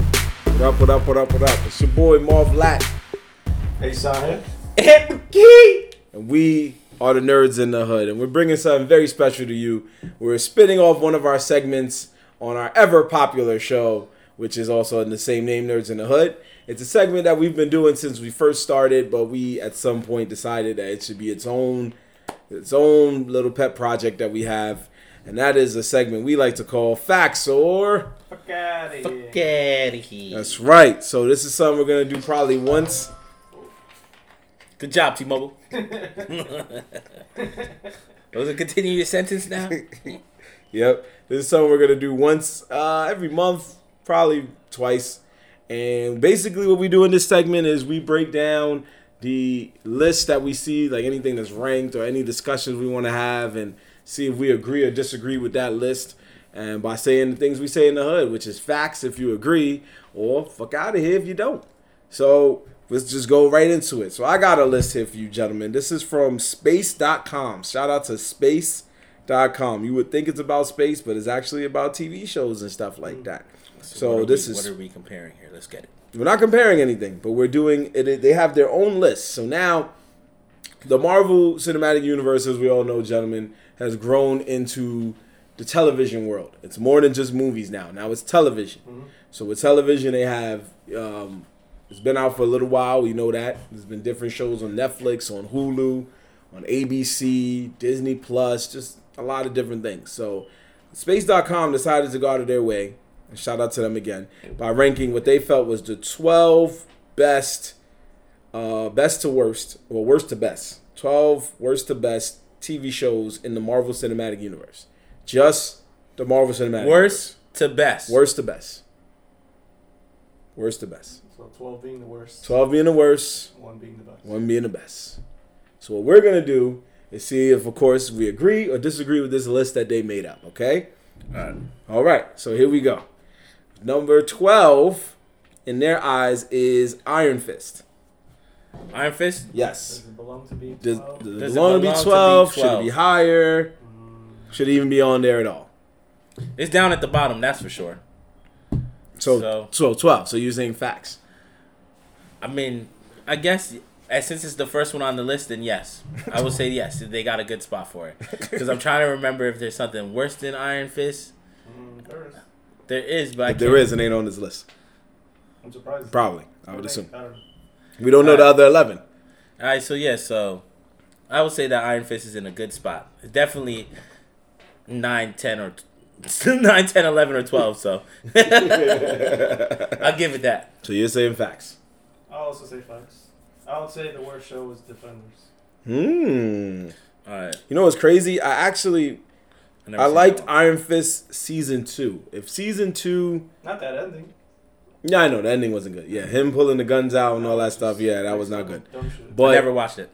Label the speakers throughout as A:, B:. A: What up, what up, what up, what up? It's your boy Marv Lack
B: Hey, Sahin.
A: and McKee. And we are the Nerds in the Hood. And we're bringing something very special to you. We're spinning off one of our segments on our ever popular show, which is also in the same name, Nerds in the Hood. It's a segment that we've been doing since we first started, but we at some point decided that it should be its own its own little pet project that we have. And that is a segment we like to call Facts or
B: Fuck out of here.
C: Get here.
A: That's right. So this is something we're gonna do probably once.
C: Good job, T-Mobile. Those are continue your sentence now.
A: Yep. This is something we're gonna do once uh, every month, probably twice. And basically, what we do in this segment is we break down the list that we see, like anything that's ranked or any discussions we want to have, and see if we agree or disagree with that list. And by saying the things we say in the hood, which is facts if you agree, or fuck out of here if you don't. So let's just go right into it. So I got a list here for you, gentlemen. This is from space.com. Shout out to space dot com. You would think it's about space, but it's actually about TV shows and stuff like that. So,
C: What are
A: this
C: we-
A: is
C: what are we comparing here? Let's get it.
A: we're not comparing anything, but we're doing it. They have their own list. So now, the Marvel Cinematic Universe, as we all know, gentlemen, has grown into the television world. It's more than just movies now. Now it's television.
C: Mm-hmm.
A: So with television, they have. Um, it's been out for a little while. You know that there's been different shows on Netflix, on Hulu, on ABC, Disney Plus, just a lot of different things. So Space.com decided to go out of their way, and shout out to them again, by ranking what they felt was the 12 best, uh, best to worst, or worst to best, 12 worst to best TV shows in the Marvel Cinematic Universe. Just the Marvel Cinematic
C: Worst to best.
A: Worst to best. Worst to best.
B: So 12 being the worst,
A: 12 being the worst,
B: 1 being the best.
A: one being the best. So what we're gonna do is see if, of course, we agree or disagree with this list that they made up. Okay. All right. All right. So here we go. Number twelve in their eyes is Iron Fist.
C: Iron Fist.
A: Yes.
B: Does it belong to be
A: Does,
B: 12?
A: does,
C: Does
A: it
C: it
A: belong to be
C: belong to be
A: twelve? Should it
C: 12?
A: be higher? Should it even be on there at all?
C: It's down at the bottom. That's for sure.
A: So so,
C: So-
A: twelve. So you're saying facts.
C: I mean, I guess and since it's the first one on the list, then yes, I will say yes. They got a good spot for it because I'm trying to remember if there's something worse than Iron Fist.
B: Mm, there is.
C: There is, but I
A: If there
C: can't-
A: is, it ain't on this list.
B: I'm surprised.
A: Probably. I
B: I
A: would
B: think-
A: assume.
B: I don't know.
A: We don't know the
C: Alright.
A: other eleven.
C: All right, so yeah, so I would say that Iron Fist is in a good spot. It's definitely 9, 10, or 9, 10, 11, or 12, so I'll give it that.
A: So you're saying facts.
B: I'll also say facts. I would say the worst show was Defenders.
A: Hmm.
C: All right.
A: You know what's crazy? I actually
C: never
A: I
C: seen
A: liked
C: that one.
A: Iron Fist season two. If season two,
B: Not that ending.
A: yeah, I know the ending wasn't good. Yeah, him pulling the guns out and all that stuff. Yeah, that was not good.
B: Dumb shit.
A: But
C: never watched it.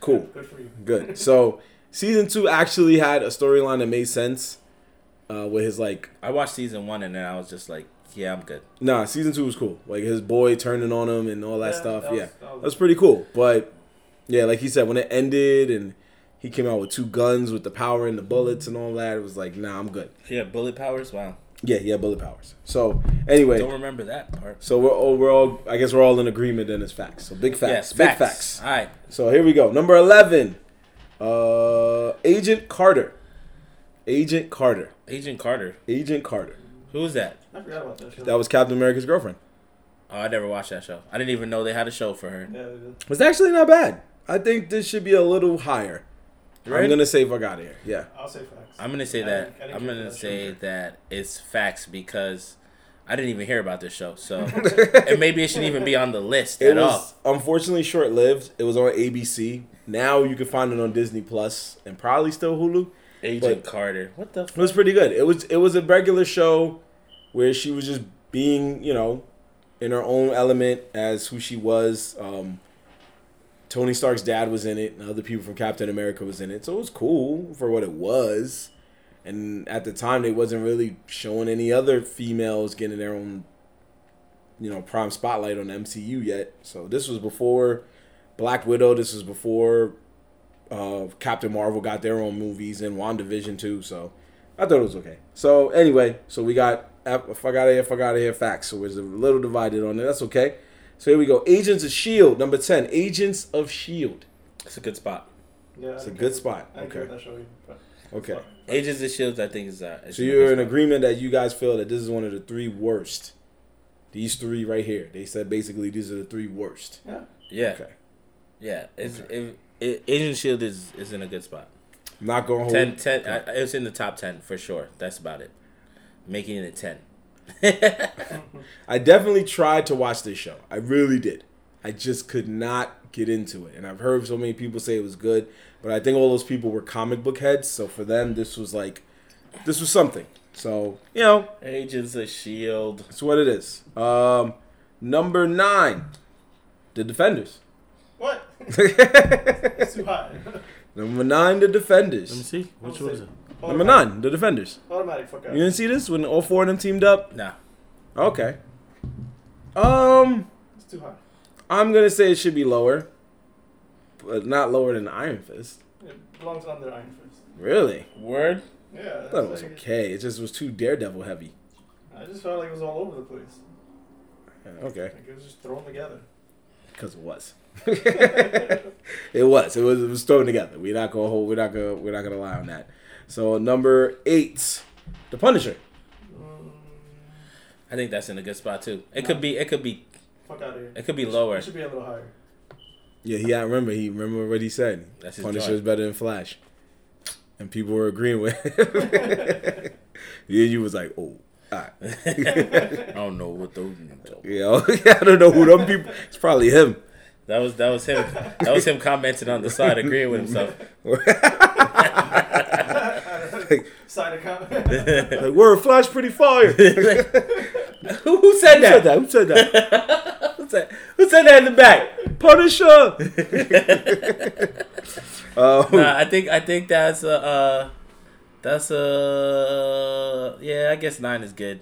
A: cool,
B: Good for you.
A: good. So season two actually had a storyline that made sense. Uh, with his like,
C: I watched season one and then I was just like, yeah, I'm good.
A: nah, season two was cool. Like his boy turning on him and all that
B: Yeah,
A: stuff.
B: that was-
A: yeah,
B: that was-
A: that was pretty cool. But yeah, like he said, when it ended and he came out with two guns with the power and the bullets and all that, it was like, nah, I'm good.
C: Yeah, bullet powers? Wow.
A: Yeah, he had bullet powers. So anyway,
C: Don't remember that part.
A: So we're all, we're all I guess we're all in agreement then it's facts. So big facts.
C: Yes,
A: big
C: facts.
A: facts.
C: All right.
A: So here we go. Number 11. Uh Agent Carter. Agent Carter.
C: Agent Carter.
A: Agent Carter.
C: Who was that?
B: I forgot about that show.
A: That was Captain America's girlfriend.
C: Oh, I never watched that show. I didn't even know they had a show for her.
B: yeah, they did.
A: It's actually not bad. I think this should be a little higher. I'm
C: Right?
A: going to say fuck out of here. Yeah.
B: I'll say facts.
C: I'm gonna say
B: I
C: that
B: didn't- I didn't
C: I'm
B: care
C: gonna
B: about that
C: say
B: show.
C: that it's facts because I didn't even hear about this show, so and maybe it shouldn't even be on the list
A: It
C: at all.
A: was unfortunately short lived. It was on ABC. Now you can find it on Disney Plus and probably still Hulu.
C: Agent
A: but-
C: Carter, what the?
A: It
C: F-
A: was pretty good. It was it was a regular show where she was just being, you know, in her own element as who she was. Um, Tony Stark's dad was in it, and other people from Captain America was in it, so it was cool for what it was. And at the time, they wasn't really showing any other females getting their own, you know, prime spotlight on the MCU yet. So this was before Black Widow. This was before uh, Captain Marvel got their own movies and WandaVision too. So I thought it was okay. So anyway, so we got F- fuck out of here, fuck out of here facts. So it's a little divided on it. That's okay. So here we go. Agents of S.H.I.E.L.D. E Number 10. Agents of S.H.I.E.L.D.
C: It's a good spot.
B: Yeah,
A: E It's
B: I
A: a
B: agree.
A: good spot.
B: I agree
A: Okay.
B: with that show. But
A: Okay.
C: Agents of Shields, I think, is that.
A: So you're in agreement that you guys feel that this is one of the three worst. These three right here. They said basically these are the three worst.
C: Yeah.
A: Okay.
C: Yeah. It's, it, it, Agents of Shield E is is in a good spot.
A: I'm not going home.
C: Ten, ten. I, I- it's in the top ten for sure. That's about it. Making it a ten.
A: I definitely tried to watch this show. I really did. I just could not get into it. And I've heard so many people say it was good, but I think all those people were comic book heads, so for them this was like this was something. So, you know,
C: Agents of Shield.
A: it's what it is. Um number 9, The Defenders.
B: what? it's too high.
A: number 9, The Defenders.
C: see.
B: Which was it?
A: Number 9, The Defenders.
B: Automatic fuck out.
A: You didn't see this when all four of them teamed up?
C: Nah.
A: Okay. Um
B: It's too high.
A: I'm going to say it should be lower. But not lower than Iron Fist.
B: It belongs under Iron Fist.
A: Really?
C: Word.
B: Yeah.
A: I thought it
B: that's
A: was
B: like-
A: okay. It just was too daredevil heavy.
B: I just felt like it was all over the place.
A: Yeah, Okay,
B: Like it was just thrown together. Mm,
A: because it was. it was. It was. It was thrown together. We're not gonna hold. We're not gonna. We're not gonna lie on that. So number eight, the Punisher.
B: Mm,
C: I think that's in a good spot too. It could be. It could be.
B: fuck out of here.
C: It could be
B: It
C: lower.
B: should be a little higher.
A: Yeah, he. I remember. He remember what he said.
C: That's his
A: Punisher
C: joint.
A: is better than Flash, and people were agreeing with. him. yeah, you was like, oh, all right.
C: I don't know what those.
A: you know, I don't know who them people. It's probably him.
C: That was that was him. That was him commenting on the side, agreeing with himself.
B: Side account. Mm.
A: Like, word, Flash, pretty fire.
C: Who, who said
A: Who said
C: that?
A: that? Who said that?
C: Who said, who said that in the back?
A: Punisher. um,
C: Nah, I think I think that's a uh, that's a yeah. I guess nine is good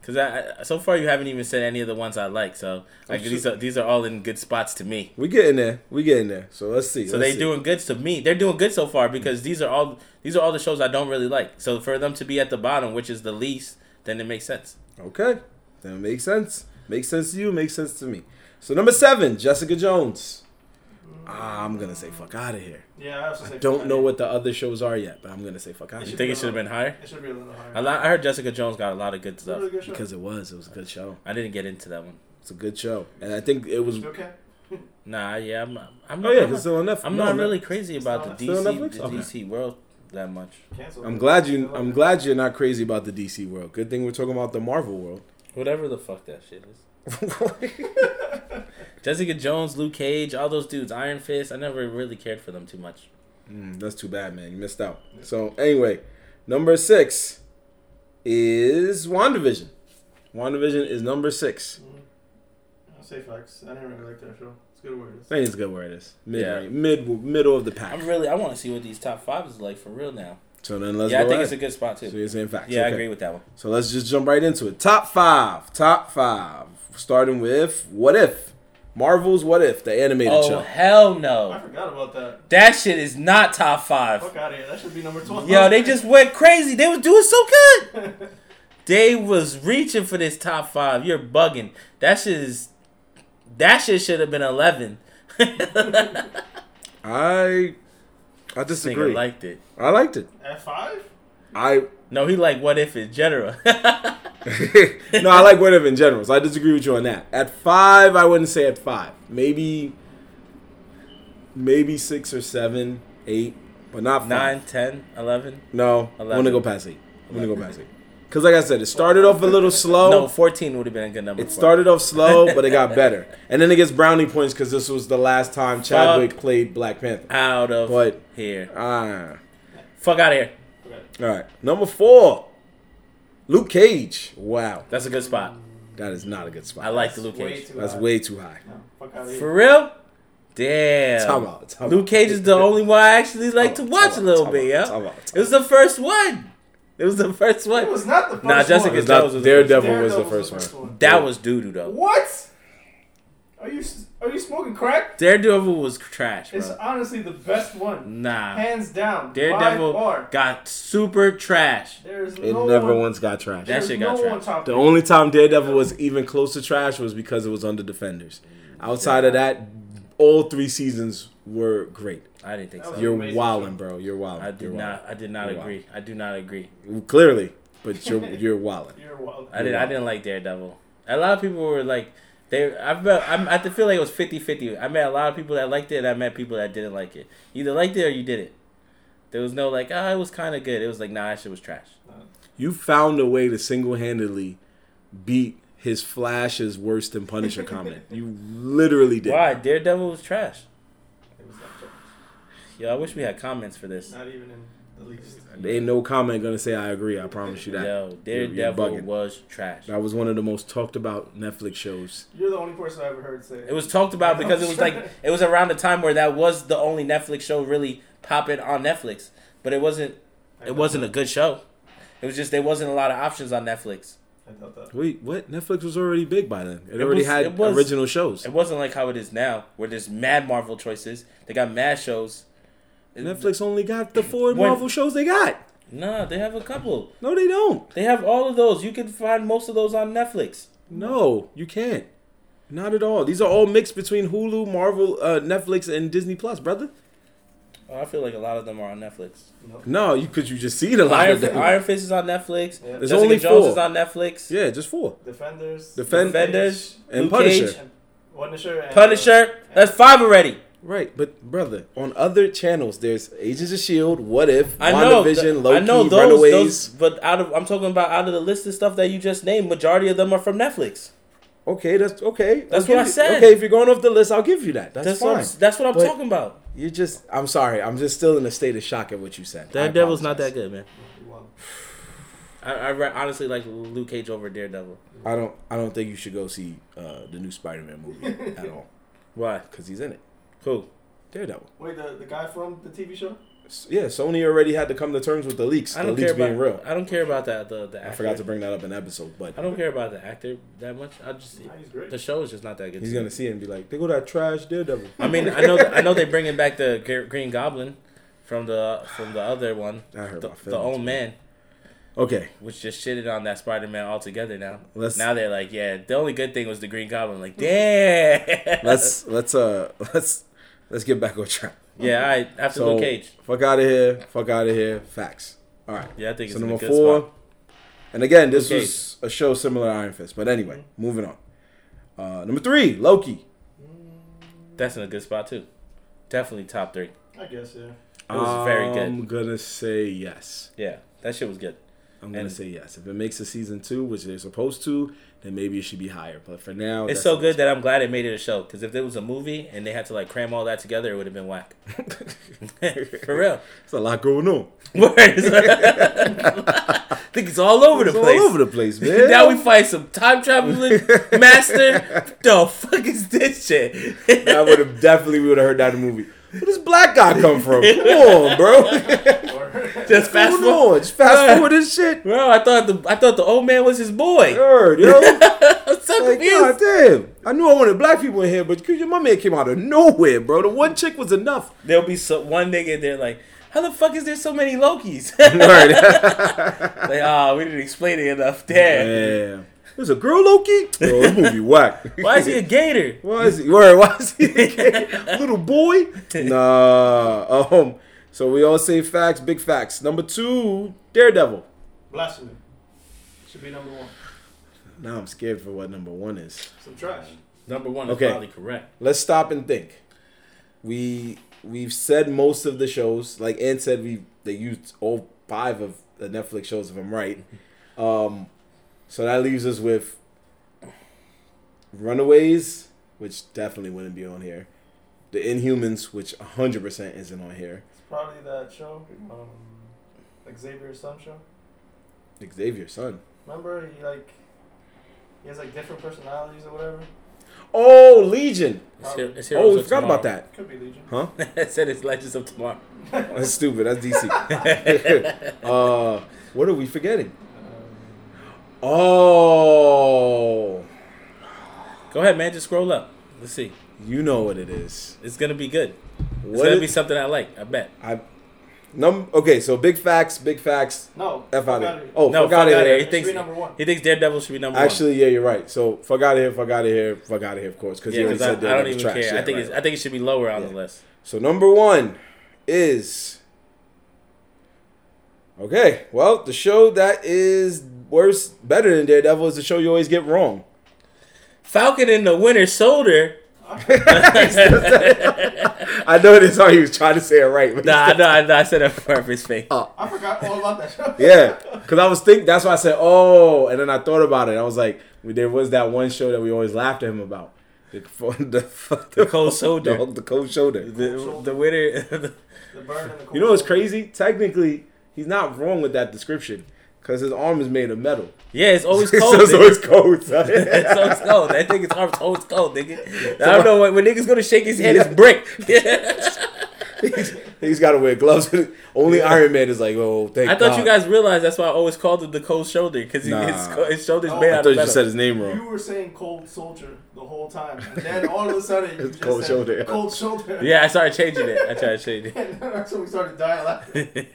C: because I, I so far you haven't even said any of the ones I like. Oh, So like,
A: sure-
C: these are these are all in good spots to me.
A: we getting there. We getting there. So let's see.
C: So
A: let's
C: they
A: see.
C: doing good to me. They're doing good so far because these are all these are all the shows I don't really like. So for them to be at the bottom, which is the least, then it makes sense.
A: Okay, that makes sense. Makes sense to you. Makes sense to me. So number seven, Jessica Jones. Ah, I'm gonna say fuck out of here.
B: yeah, I also say
A: I
B: fuck
A: don't
B: outta
A: know
B: here.
A: what the other shows are yet, but I'm gonna say fuck out of
C: You
A: here
C: think it should have been higher?
B: It should be a little higher.
C: I, li- I heard Jessica Jones got a lot of good
B: It's a
C: stuff.
B: really good show.
A: because it was. It was a good show.
C: I didn't get into that one.
A: It's a good show, and I think it was.
B: It's okay.
C: Nah, yeah, I'm. I'm
A: Oh
C: not,
A: yeah,
C: I'm,
A: it's still on Netflix.
C: I'm
A: No,
C: not
A: no.
C: really crazy about the
A: Still
C: DC
A: on Netflix?
C: the
A: Okay.
C: DC world that much.
B: Cancel.
A: I'm
B: it.
A: glad you.
B: Cancel
A: I'm
B: it.
A: glad you're not crazy about the DC world. Good thing we're talking about the Marvel world.
C: Whatever the fuck that shit is.
A: Mm,
C: Jessica Jones, Luke Cage, all those dudes, Iron Fist. I never really cared for them too much.
A: Mm, that's too bad, man. You missed out. So anyway, number six is WandaVision. WandaVision is number six.
B: Mm. I'll say facts. I didn't really like that show. It's good word.
A: I think it's good where it is. Mid,
C: Yeah.
A: mid, middle of the pack.
C: I'm really. I want to see what these top five is like for real now.
A: So then let's
C: yeah, I
A: go
C: think
A: at
C: it's a
A: it.
C: good spot
A: So
C: too.
A: you're saying facts.
C: Yeah, I
A: Okay.
C: agree with that one.
A: So let's just jump right into it. Top five. Top five. Starting with What If? Marvel's What If, the animated
C: Oh
A: show.
C: hell
B: I
C: no!
B: forgot about that.
C: That shit is not top five.
B: Fuck out of here. That should be number 12.
C: Yo, they just went crazy. They was doing so good. They was reaching for this top five. You're bugging. That shit is. That shit should have been eleven.
A: I I
C: Nigga
A: disagree.
C: liked it.
A: I liked it.
B: At five?
A: I
C: No, he like what if in general.
A: no, I like What If in general, so I disagree with you on that. At five, I wouldn't say at five. Maybe, maybe six or seven, eight, but not five.
C: Nine, ten, eleven.
A: No, I'm
C: Eleven.
A: gonna go past eight. I'm gonna go past eight. Cause like I said, it started off a little slow.
C: No, fourteen would have been a good number.
A: It
C: for
A: started off slow, but it got better. And then it gets brownie points because this was the last time Chadwick played Black
C: him.
A: Panther.
C: out of
A: But-
C: here.
A: Ah,
C: Fuck out of here.
B: Okay.
A: all right. Number four, Luke Cage. Wow,
C: That's a good spot.
A: that is not a good spot.
C: I like
B: That's
C: the Luke
B: way
C: Cage.
B: too
A: That's
B: high.
A: way too high.
B: No, fuck out of here.
C: For real? Damn.
A: Time out. Time
C: Luke
A: out.
C: Cage is the only one I actually like to
A: Time out,
C: watch a
A: time
C: little
A: out,
C: bit,
A: time
C: yeah.
A: out, time out,
C: It
A: time
C: was the first one. It was the first
B: It
C: one.
B: was not the first
C: Nah, Jessica
B: one.
A: It's not-
C: That was the
A: Daredevil
B: Daredevil
A: was the first one.
C: That was doo doo though.
B: What? Are you s- are you smoking crack?
C: Daredevil was trash,
B: It's
C: bro.
B: honestly the best one,
C: Nah,
B: hands down. By
C: Daredevil
B: far.
C: got super trash.
B: There's
A: It
B: no
A: never
B: one.
A: once got trash.
C: That
B: there's
C: shit
B: no
C: got
B: one
C: trash.
B: top
A: The
B: three.
A: only time Daredevil was even close to trash was because it was under Defenders. Outside of that, all three seasons were great.
C: I didn't think
B: That
C: so.
B: was
A: You're
B: amazing
A: wildin', bro. You're wildin'.
C: I did
A: You're
C: not. I did not
A: You're
C: agree. I do not agree.
A: wildin'. Clearly, but you're you're wildin'.
B: You're wild.
C: I did.
A: Yeah.
C: I didn't like Daredevil. A lot of people were like, they. I bet. I'm, I feel like it was 50-50. I met a lot of people that liked it. and I met people that didn't like it. You Either liked it or you didn't. There was no like, ah, it was kind of good. It was like, nah, that shit was trash.
A: You found a way to single handedly beat his Flash is worse than Punisher comment. You literally did.
C: Why Daredevil was trash?
B: It was not trash.
C: Yo, I wish we had comments for this.
B: Not even in the least.
A: There ain't no comment gonna say I agree. I promise you that.
C: Yo,
A: You're- you're
C: Daredevil
A: bugging.
C: was trash.
A: That was one of the most talked about Netflix shows.
B: You're the only person I ever heard say
C: It was talked about because it was like it was around the time where that was the only Netflix show really popping on Netflix, but it wasn't.
B: I
C: It
B: thought
C: wasn't a
B: that.
C: good show. It was just there wasn't a lot of options on Netflix.
B: I thought that.
A: Wait, what? Netflix was already big by then. It, already
C: was-
A: had
C: it was-
A: original shows.
C: It wasn't like how it is now, where there's mad Marvel choices. They got mad shows.
A: Netflix only got the four
C: When-
A: Marvel shows they got.
C: Nah, they have a couple.
A: No, they don't.
C: They have all of those. You can find most of those on Netflix.
A: No, you can't. Not at all. These are all mixed between Hulu, Marvel, uh, Netflix, and Disney Plus, brother.
C: Oh, I feel like a lot of them are on Netflix.
B: No.
A: No, you because you just see it a lot
C: Iron,
A: of them.
C: Iron Fist is on Netflix.
B: Yeah.
A: There's
C: Jessica
A: only
C: Jones
A: four.
C: is on Netflix.
A: Yeah, just four.
B: Defenders.
A: Defend-
C: Defenders.
A: And
C: Luke
A: Punisher.
C: Cage,
B: Punisher. And, uh,
C: Punisher. That's five already.
A: Right, but brother, on other channels, there's Agents of Shield, E What If,
C: I know.
A: WandaVision,
C: th-
A: Loki,
C: I know those,
A: Runaways.
C: those. But out of I'm talking about out of the list of stuff that you just named, majority of them are from Netflix.
A: Okay, that's okay. I'll
C: That's
A: give
C: what I
A: you-
C: said.
A: Okay, if you're going off the list, I'll give you that. That's,
C: That's, what
A: fine.
C: I'm, that's what I'm
A: But-
C: talking about.
A: you just, I'm sorry, I'm just still in a state of shock at what you said. I
C: Daredevil's not
A: apologize.
C: that good, man.
B: You won.
C: I, I re- honestly like Luke Cage over Daredevil.
A: I don't, I don't think you should go see uh, the new Spider-Man movie at all
C: Why?
A: because he's in it.
C: Cool.
A: Daredevil.
B: Wait, the, the guy from the TV show?
A: S- Yeah, Sony already had to come to terms with the leaks.
C: I
A: The
C: don't
A: leaks
C: care
A: being
C: about.
A: real.
C: I don't care about that. The the
A: I
C: actor.
A: forgot to bring that up in episode, but
C: I don't care about the actor that much. I just
B: Nah, he's great.
C: the show is just not that good.
A: he's
C: to me.
A: gonna see it and be like, "They go that trash Daredevil."
C: I mean, I know. I know they're bringing back the Gre- Green Goblin from the from the other one,
A: I heard
C: the,
A: my
C: the
A: feelings.
C: old man,
A: Okay,
C: which just shitted on that Spider Man altogether. Now,
A: Let's-
C: now they're like, yeah, the only good thing was the Green Goblin. Like, damn.
A: Mm-hmm. let's let's uh let's let's get back on track.
C: yeah. All right. After
A: So
C: Luke Cage.
A: fuck out of here, fuck out of here. Facts. All right.
C: Yeah, I think
A: So
C: it's in a
A: number
C: good
A: four,
C: spot.
A: and again, this
C: Luke
A: was a show similar to Iron Fist, but anyway,
C: Mm-hmm.
A: moving on. Uh, number three, Loki.
B: Mm,
C: That's in a good spot too. Definitely top three.
B: I guess, yeah.
C: It was very good.
A: I'm gonna say yes.
C: Yeah, that shit was good.
A: I'm gonna
C: And-
A: say yes. If it makes a season two, which they're supposed to, then maybe it should be higher. But for now,
C: It's
A: that's-
C: so good that I'm glad it made it a show. Because if it was a movie and they had to like cram all that together, it would have been whack. For real.
A: It's a lot going on.
C: Words. I think it's all over
A: It's
C: the
A: all
C: place.
A: over the place, man.
C: now we fight some time traveling master. the fuck is this shit?
A: I would have definitely we would have heard that in the movie. Where does black guy come from? Come on, bro.
B: Or,
C: Just fast
A: Fast
C: forward.
A: forward, just fast forward this shit.
C: Bro, I thought the I thought the old man was his boy.
A: Nerd, yo.
C: I'm so
A: Like, God damn.
C: confused.
A: I knew I wanted black people in here, but could you- my man came out of nowhere, bro. The one chick was enough.
C: There'll be so, one nigga in there like, how the fuck is there so many Lokis? like, ah, we didn't explain it enough. Damn.
A: Damn. There's a girl, Loki? Bro, this movie whack.
C: Why is he a gator?
A: Why is he? Where? Why is he? Little boy? Nah. Um. So we all say facts, big facts. Number two, Daredevil.
B: blasphemy. Should be number one.
A: Now I'm scared for what number one is.
B: Some trash.
C: Number one
A: Okay.
C: correct.
A: Let's stop and think. We we've said most of the shows. Like Ann said, we they used all five of the Netflix shows, if I'm right. Um, so that leaves us with Runaways, which definitely wouldn't be on here. The Inhumans, which 100% isn't on here.
B: It's probably that show, um, Xavier's son show.
A: Xavier's son.
B: Remember, he like he has like different personalities or whatever.
A: Oh, Legion.
C: It's here, it's here
A: Oh, we forgot about that.
B: Could be Legion.
A: Huh?
C: I said it's Legends of Tomorrow.
A: That's stupid. That's DC. uh, what are we forgetting?
B: Um,
A: Oh.
C: Go ahead, man. Just scroll up. Let's see.
A: You know what it is.
C: It's gonna be good. It's
A: What
C: gonna
A: it-
C: be something I like. I bet.
A: I num okay, so big facts, big facts.
B: No.
A: F out
B: outta
A: of here. Oh,
C: No,
A: fuck out
C: outta
A: of
C: He
A: here.
B: It should
C: thinks
B: be number one.
C: he thinks Daredevil should be number one.
A: Actually, yeah, you're right. So fuck out of here, fuck out of here, fuck out of here. Of course, because
C: Yeah,
A: you already
C: because I, I
A: said that.
C: don't even care. I think
A: it's.
C: it's, I think it should be lower on the
A: Yeah.
C: list.
A: So number one is okay. Well, the show that is worse, better than Daredevil is the show you always get wrong.
C: Falcon and the Winter Soldier.
A: I know that's how he was trying to say it right. but he
C: Nah,
A: said-
C: no, I, I said a purpose fake.
B: I forgot all about that show.
A: Yeah, because I was think that's why I said oh, and then I thought about it. I was like, there was that one show that we always laughed at him about. The, the,
C: The Cold Soldier.
A: The, cold shoulder.
C: The, the winter.
B: The burn and the cold
A: You know what's
B: shoulder.
A: crazy? Technically, he's not wrong with that description because his arm is made of metal.
C: yeah, it's always
A: So
C: cold.
A: it's
C: nigga.
A: always cold. son.
C: It's always cold. That nigga's arm's always cold, nigga. I don't know when, when niggas gonna shake his head, it's brick.
A: He's got to wear gloves. Only Iron Man is like, oh, thank
C: I thought
A: God.
C: you guys realized that's why I always called him the cold shoulder because
A: Nah.
C: his, co- his shoulder's
B: Oh.
C: made
A: I
C: out
A: thought
C: of
A: you
C: metal.
A: just said his name
B: You
A: wrong.
B: were saying cold soldier the whole time, and then all of a sudden you
A: It's
B: just
A: cold
B: said
A: shoulder.
B: Cold shoulder.
C: yeah, I started changing it. I tried to change it.
B: And that's when we started dying laughing. Like,
C: Changed it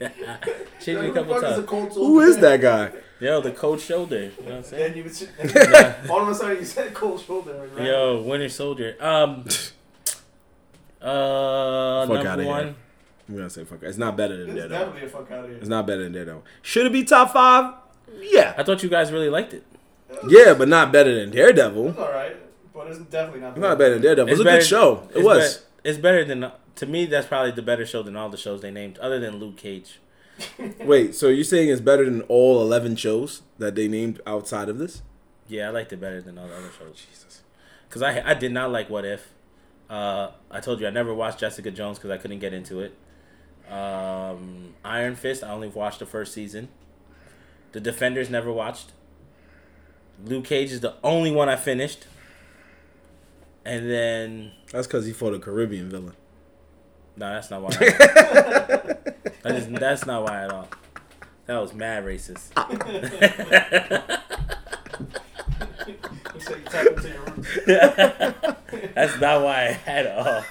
B: who
C: a
B: the
C: couple
B: fuck is a
C: times.
B: cold soldier?
A: Who is that guy?
C: Yo, the cold shoulder. You know what I'm saying?
B: Then you would sit, and then all of a sudden you said cold shoulder. Like, right?
C: Yo, Winter Soldier. Um, uh,
A: Fuck outta
C: number
A: here.
C: one.
A: I'm gonna say fuck. It's not better
B: It's
A: than Daredevil.
B: definitely a fuck out of
A: It's
B: here.
A: not better than Daredevil. Should it be top five? Yeah,
C: I thought you guys really liked it.
A: yeah, but not better than Daredevil.
B: It's all right, but it's definitely not.
A: It's not better than Daredevil. It's, a good show. It
C: it's
A: was.
C: bet- it's better than to me. That's probably the better show than all the shows they named, other than Luke Cage.
A: Wait, so you're saying it's better than all 11 shows that they named outside of this?
C: Yeah, I liked it better than all the other shows. Jesus, because I I did not like What If. Uh, I told you I never watched Jessica Jones because I couldn't get into it. Um, Iron Fist, I only watched the first season. The Defenders never watched. Luke Cage is the only one I finished. And then
A: That's because he fought a Caribbean villain.
C: no, that's not why. I, that is that's not why at all. That was mad racist.
B: You said you tapped into your roots.
C: That's not why at all.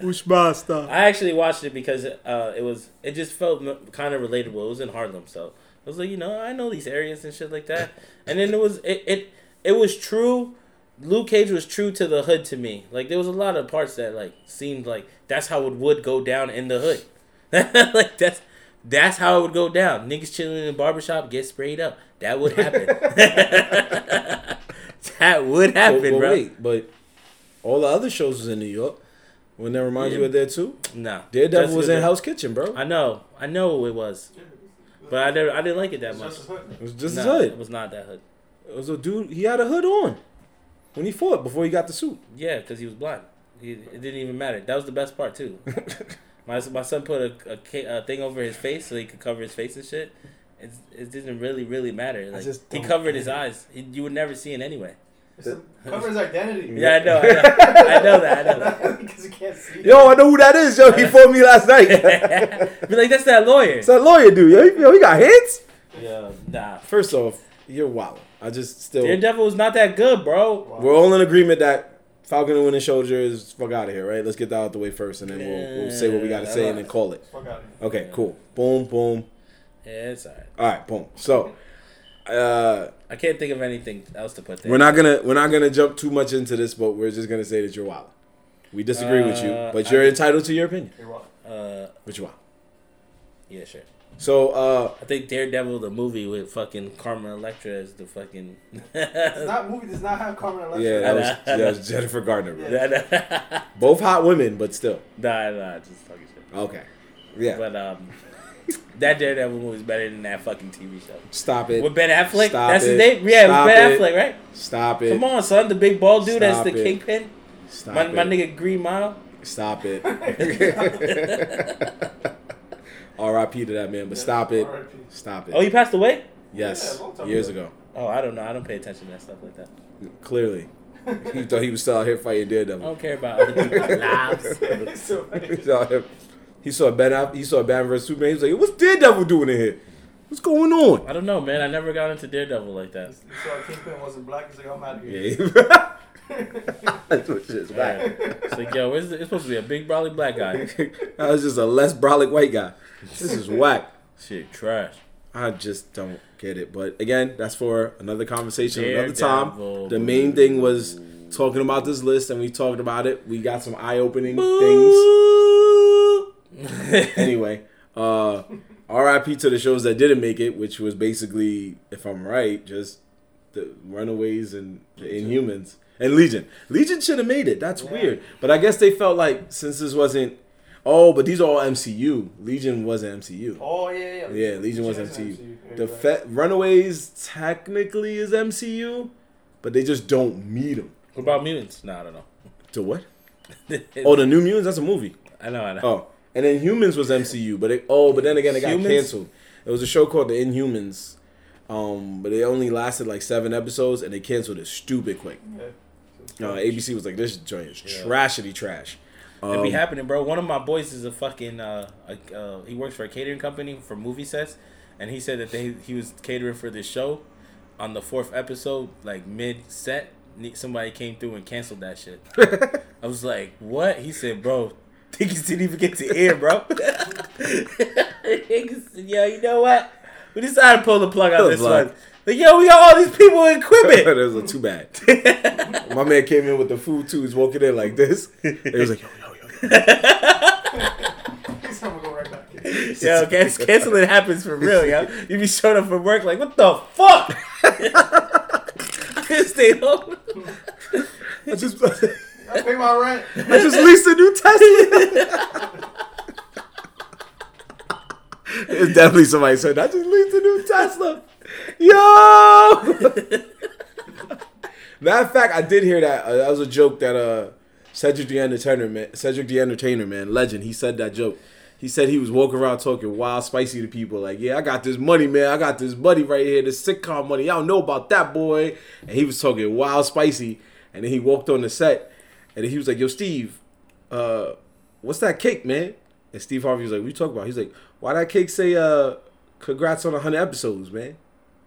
A: Which basta?
C: I actually watched it because uh, it was it just felt kind of relatable. It was in Harlem, so I was like, you know, I know these areas and shit like that. And then it was it it, it was true. Luke Cage was true to the hood to me. Like there was a lot of parts that like seemed like that's how it would go down in the hood. like that's that's how it would go down. Niggas chilling in the barbershop get sprayed up. That would happen. that would happen,
A: But, but
C: bro.
A: wait, but all the other shows was in New York. Wouldn't that remind you
C: Yeah.
A: of that too?
C: No.
A: Daredevil
C: That's
A: was
C: good.
A: in Hell's Kitchen, bro.
C: I know. I know it was. But I never I didn't like it that
B: It's just as
C: much.
B: hood.
A: It was just
C: Nah,
A: his hood.
C: It was not that hood.
A: It was a dude. He had a hood on when he fought before he got the suit.
C: Yeah, because he was blind. He, it didn't even matter. That was the best part too. my my son put a, a, ca- a thing over his face so he could cover his face and shit. It, it didn't really really matter. Like
A: just
C: he
A: don't
C: covered
A: get
C: his
A: it.
C: eyes. He, you would never see it anyway.
B: It's a- Cover his identity.
C: Yeah, I know. I know, I know that. I know that.
B: Because you can't see.
A: Yo, I know who that is. Yo, he fought me last night.
C: Be like that's that lawyer.
A: it's that lawyer dude. Yo, he, yo, he got hits.
C: Yeah, nah.
A: First off, you're wild. I just still.
C: Daredevil was not that good, bro.
B: Wow.
A: We're all in agreement that Falcon and Winter Soldier is fuck out of here, right? Let's get that out the way first, and then we'll, we'll say what we got to say and then call it.
B: Fuck out of here.
A: Okay, cool. Boom, boom.
C: Yeah, it's alright.
A: All right, boom. So, uh,
C: I can't think of anything else to put there.
A: we're not gonna we're not gonna jump too much into this, but we're just gonna say that you're wild. We disagree with you,
C: Uh,
A: but you're
C: I-
A: entitled to your opinion.
B: You're wrong.
C: Uh,
A: But you're wild.
C: yeah, sure.
A: So, uh,
C: I think Daredevil the movie with fucking Carmen Electra is the fucking.
B: It's not movie does not have Carmen Electra.
A: yeah, that was, yeah, that was Jennifer Gardner. bro.
B: Yeah.
A: Both hot women, but still.
C: nah, nah, just fucking shit.
A: Okay. Yeah.
C: But um, that Daredevil movie is better than that fucking TV show.
A: Stop it.
C: With Ben Affleck,
A: Stop
C: that's
A: it.
C: his name. Yeah, it was
A: Stop
C: Ben
A: it.
C: Affleck, right?
A: Stop it.
C: Come on, son, the big bald dude
A: Stop
C: that's the
A: it.
C: kingpin.
A: Stop
C: My,
A: it.
C: my nigga Green Mile.
A: Stop it. R.I.P. to that man, but
B: Yeah,
A: stop it.
B: R.I.P..
A: Stop it.
C: Oh, he passed away.
A: yes,
B: Yeah, long time
A: years
B: ago.
A: ago.
C: Oh, I don't know. I don't pay attention to that stuff like that.
A: Clearly, he thought he was still out here fighting
C: I
B: Oh.
A: Daredevil.
C: don't care about other people's lives.
B: So,
A: He was out here- he saw Ben. Aff- He saw Batman versus Superman. He was like, "What's Daredevil doing in here? What's going on?"
C: I don't know, man. I never got into Daredevil like that.
B: so Kingpin wasn't black. He's like, I'm out of here.
A: Yeah, That's what shit's
C: Yeah.
A: right.
C: It's like, yo, where's the, it's supposed to be a big brolly black guy.
A: I was just a less brolic white guy. This is whack.
C: Shit, trash.
A: I just don't get it. But again, that's for another conversation another
C: Daredevil.
A: time. The main thing was talking about this list, and we talked about it. We got some eye opening things. Anyway, uh, RIP to the shows that didn't make it, which was basically, if I'm right, just the Runaways and the Inhumans and Legion. Legion should have made it. That's
B: Yeah.
A: weird. But I guess they felt like since this wasn't. Oh, but these are all MCU. Legion wasn't MCU.
B: Oh yeah, yeah.
A: Yeah, Legion was
B: is
A: MCU.
B: You're
A: The
B: right.
A: fe- Runaways technically is MCU, but they just don't meet them.
C: What about mutants? No, I don't
A: To what?
C: know.
A: Oh, the New Mutants. That's a movie.
C: I know, I know.
A: Oh, and then Humans was MCU, but it, oh, but then again, it got
C: Humans?
A: canceled. It was a show called The Inhumans, um, but it only lasted like seven episodes, and they canceled it stupid quick.
B: Yeah.
A: Uh, ABC was like, "This joint is
C: Yeah.
A: trashity trash."
C: it be
A: Um,
C: happening, bro. One of my boys is a fucking. Uh, a, uh, he works for a catering company for movie sets, and he said that they he was catering for this show. On the fourth episode, like mid set, somebody came through and canceled that shit. I was like, "What?" He said, "Bro, niggas didn't even get to air, bro." Niggas said, yo, you know what? We decided to pull the plug on
A: Pull the
C: this
A: plug.
C: one. Like, yo, we got all these people in
A: that
C: equipment.
A: was like, too bad. My man came in with the food too. He's walking in like this. It was like, yo, yo, yo.
B: He's gonna go right back.
C: Yo, can- canceling happens for real, yo. You be showing up for work like, what the fuck? I could stay home.
A: I just.
B: I pay my rent.
A: I just leased a new Tesla. it's definitely somebody said, I just leased a new Tesla. Yo! Matter of fact, I did hear that. Uh, that was a joke that uh, Cedric the Entertainer, man, Cedric the Entertainer, man, legend. He said that joke. He said he was walking around talking wild, spicy to people. Like, yeah, I got this money, man. I got this money right here, this sitcom money. Y'all know about that, boy. And he was talking wild, spicy. And then he walked on the set, and then he was like, "Yo, Steve, uh, what's that cake, man?" And Steve Harvey was like, "What you talking about?" He's like, "Why that cake say, uh, congrats on hundred episodes, man?"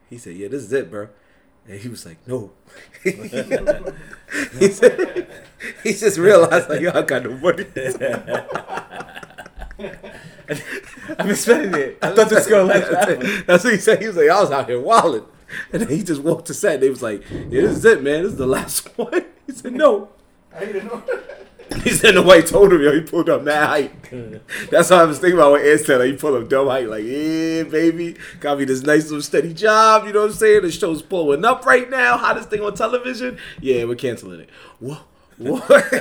A: He said, "Yeah, this is it, bro." And he was like, "No." he said, "He just realized like, yo, I got no money."
C: I've been spending it. I thought this girl like that.
A: That's what he said. He was like, "I was out here wilding," and then he just walked to set. And they was like, "Yeah, this is it, man. This is the last one." He said, "No."
B: I didn't know.
A: He said nobody told him, yo, he pulled up mad height. That's how I was thinking about when Ed said, like, he pulled up dumb height, like, yeah, baby, got me this nice little steady job, you know what I'm saying? The show's blowing up right now, hottest thing on television. Yeah, we're canceling it. What? What?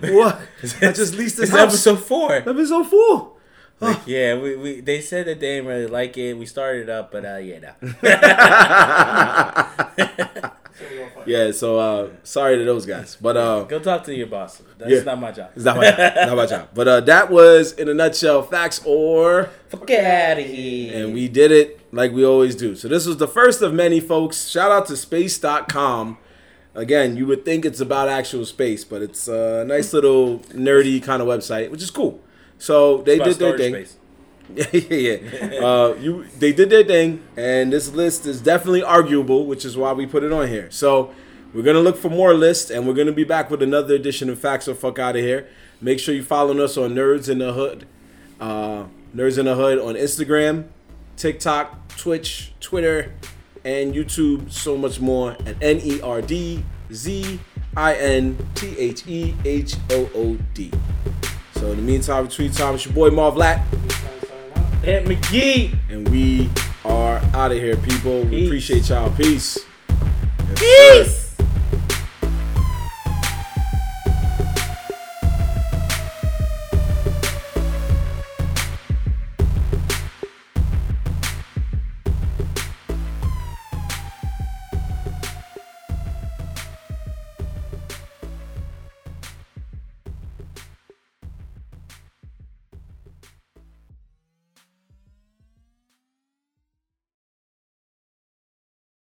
A: what? I just leased this
C: This is
A: house. episode.
C: episode four.
A: Episode four.
C: Like, yeah, we, we they said that they didn't really like it. We started up, but uh, yeah, no.
B: So we all fuck.
A: Yeah, so uh, sorry to those guys, but uh,
C: Go talk to your boss. That's
A: Yeah.
C: not my job.
A: it's not my job. Not my job. But uh, that was in a nutshell, facts or.
C: Fuck out of here.
A: and we did it like we always do. So this was the first of many, folks. Shout out to space.com. Again, you would think it's about actual space, but it's a nice little nerdy kind of website, which is cool. So they
C: About
A: did their
C: storage
A: thing.
C: space.
A: yeah, yeah, yeah. Uh, you, they did their thing, and this list is definitely arguable, which is why we put it on here. So we're gonna look for more lists, and we're gonna be back with another edition of Facts or Fuck Out of Here. Make sure you following us on Nerds in the Hood, uh, Nerds in the Hood on Instagram, TikTok, Twitch, Twitter, and YouTube. So much more at N E R D Z I N T H E H O O D. So in the meantime, between time, it's your boy Marv Latt
B: Sign- sign out.
C: Aunt McGee.
A: and we are out of here, people. We
C: Peace.
A: appreciate y'all. Peace.
C: Peace.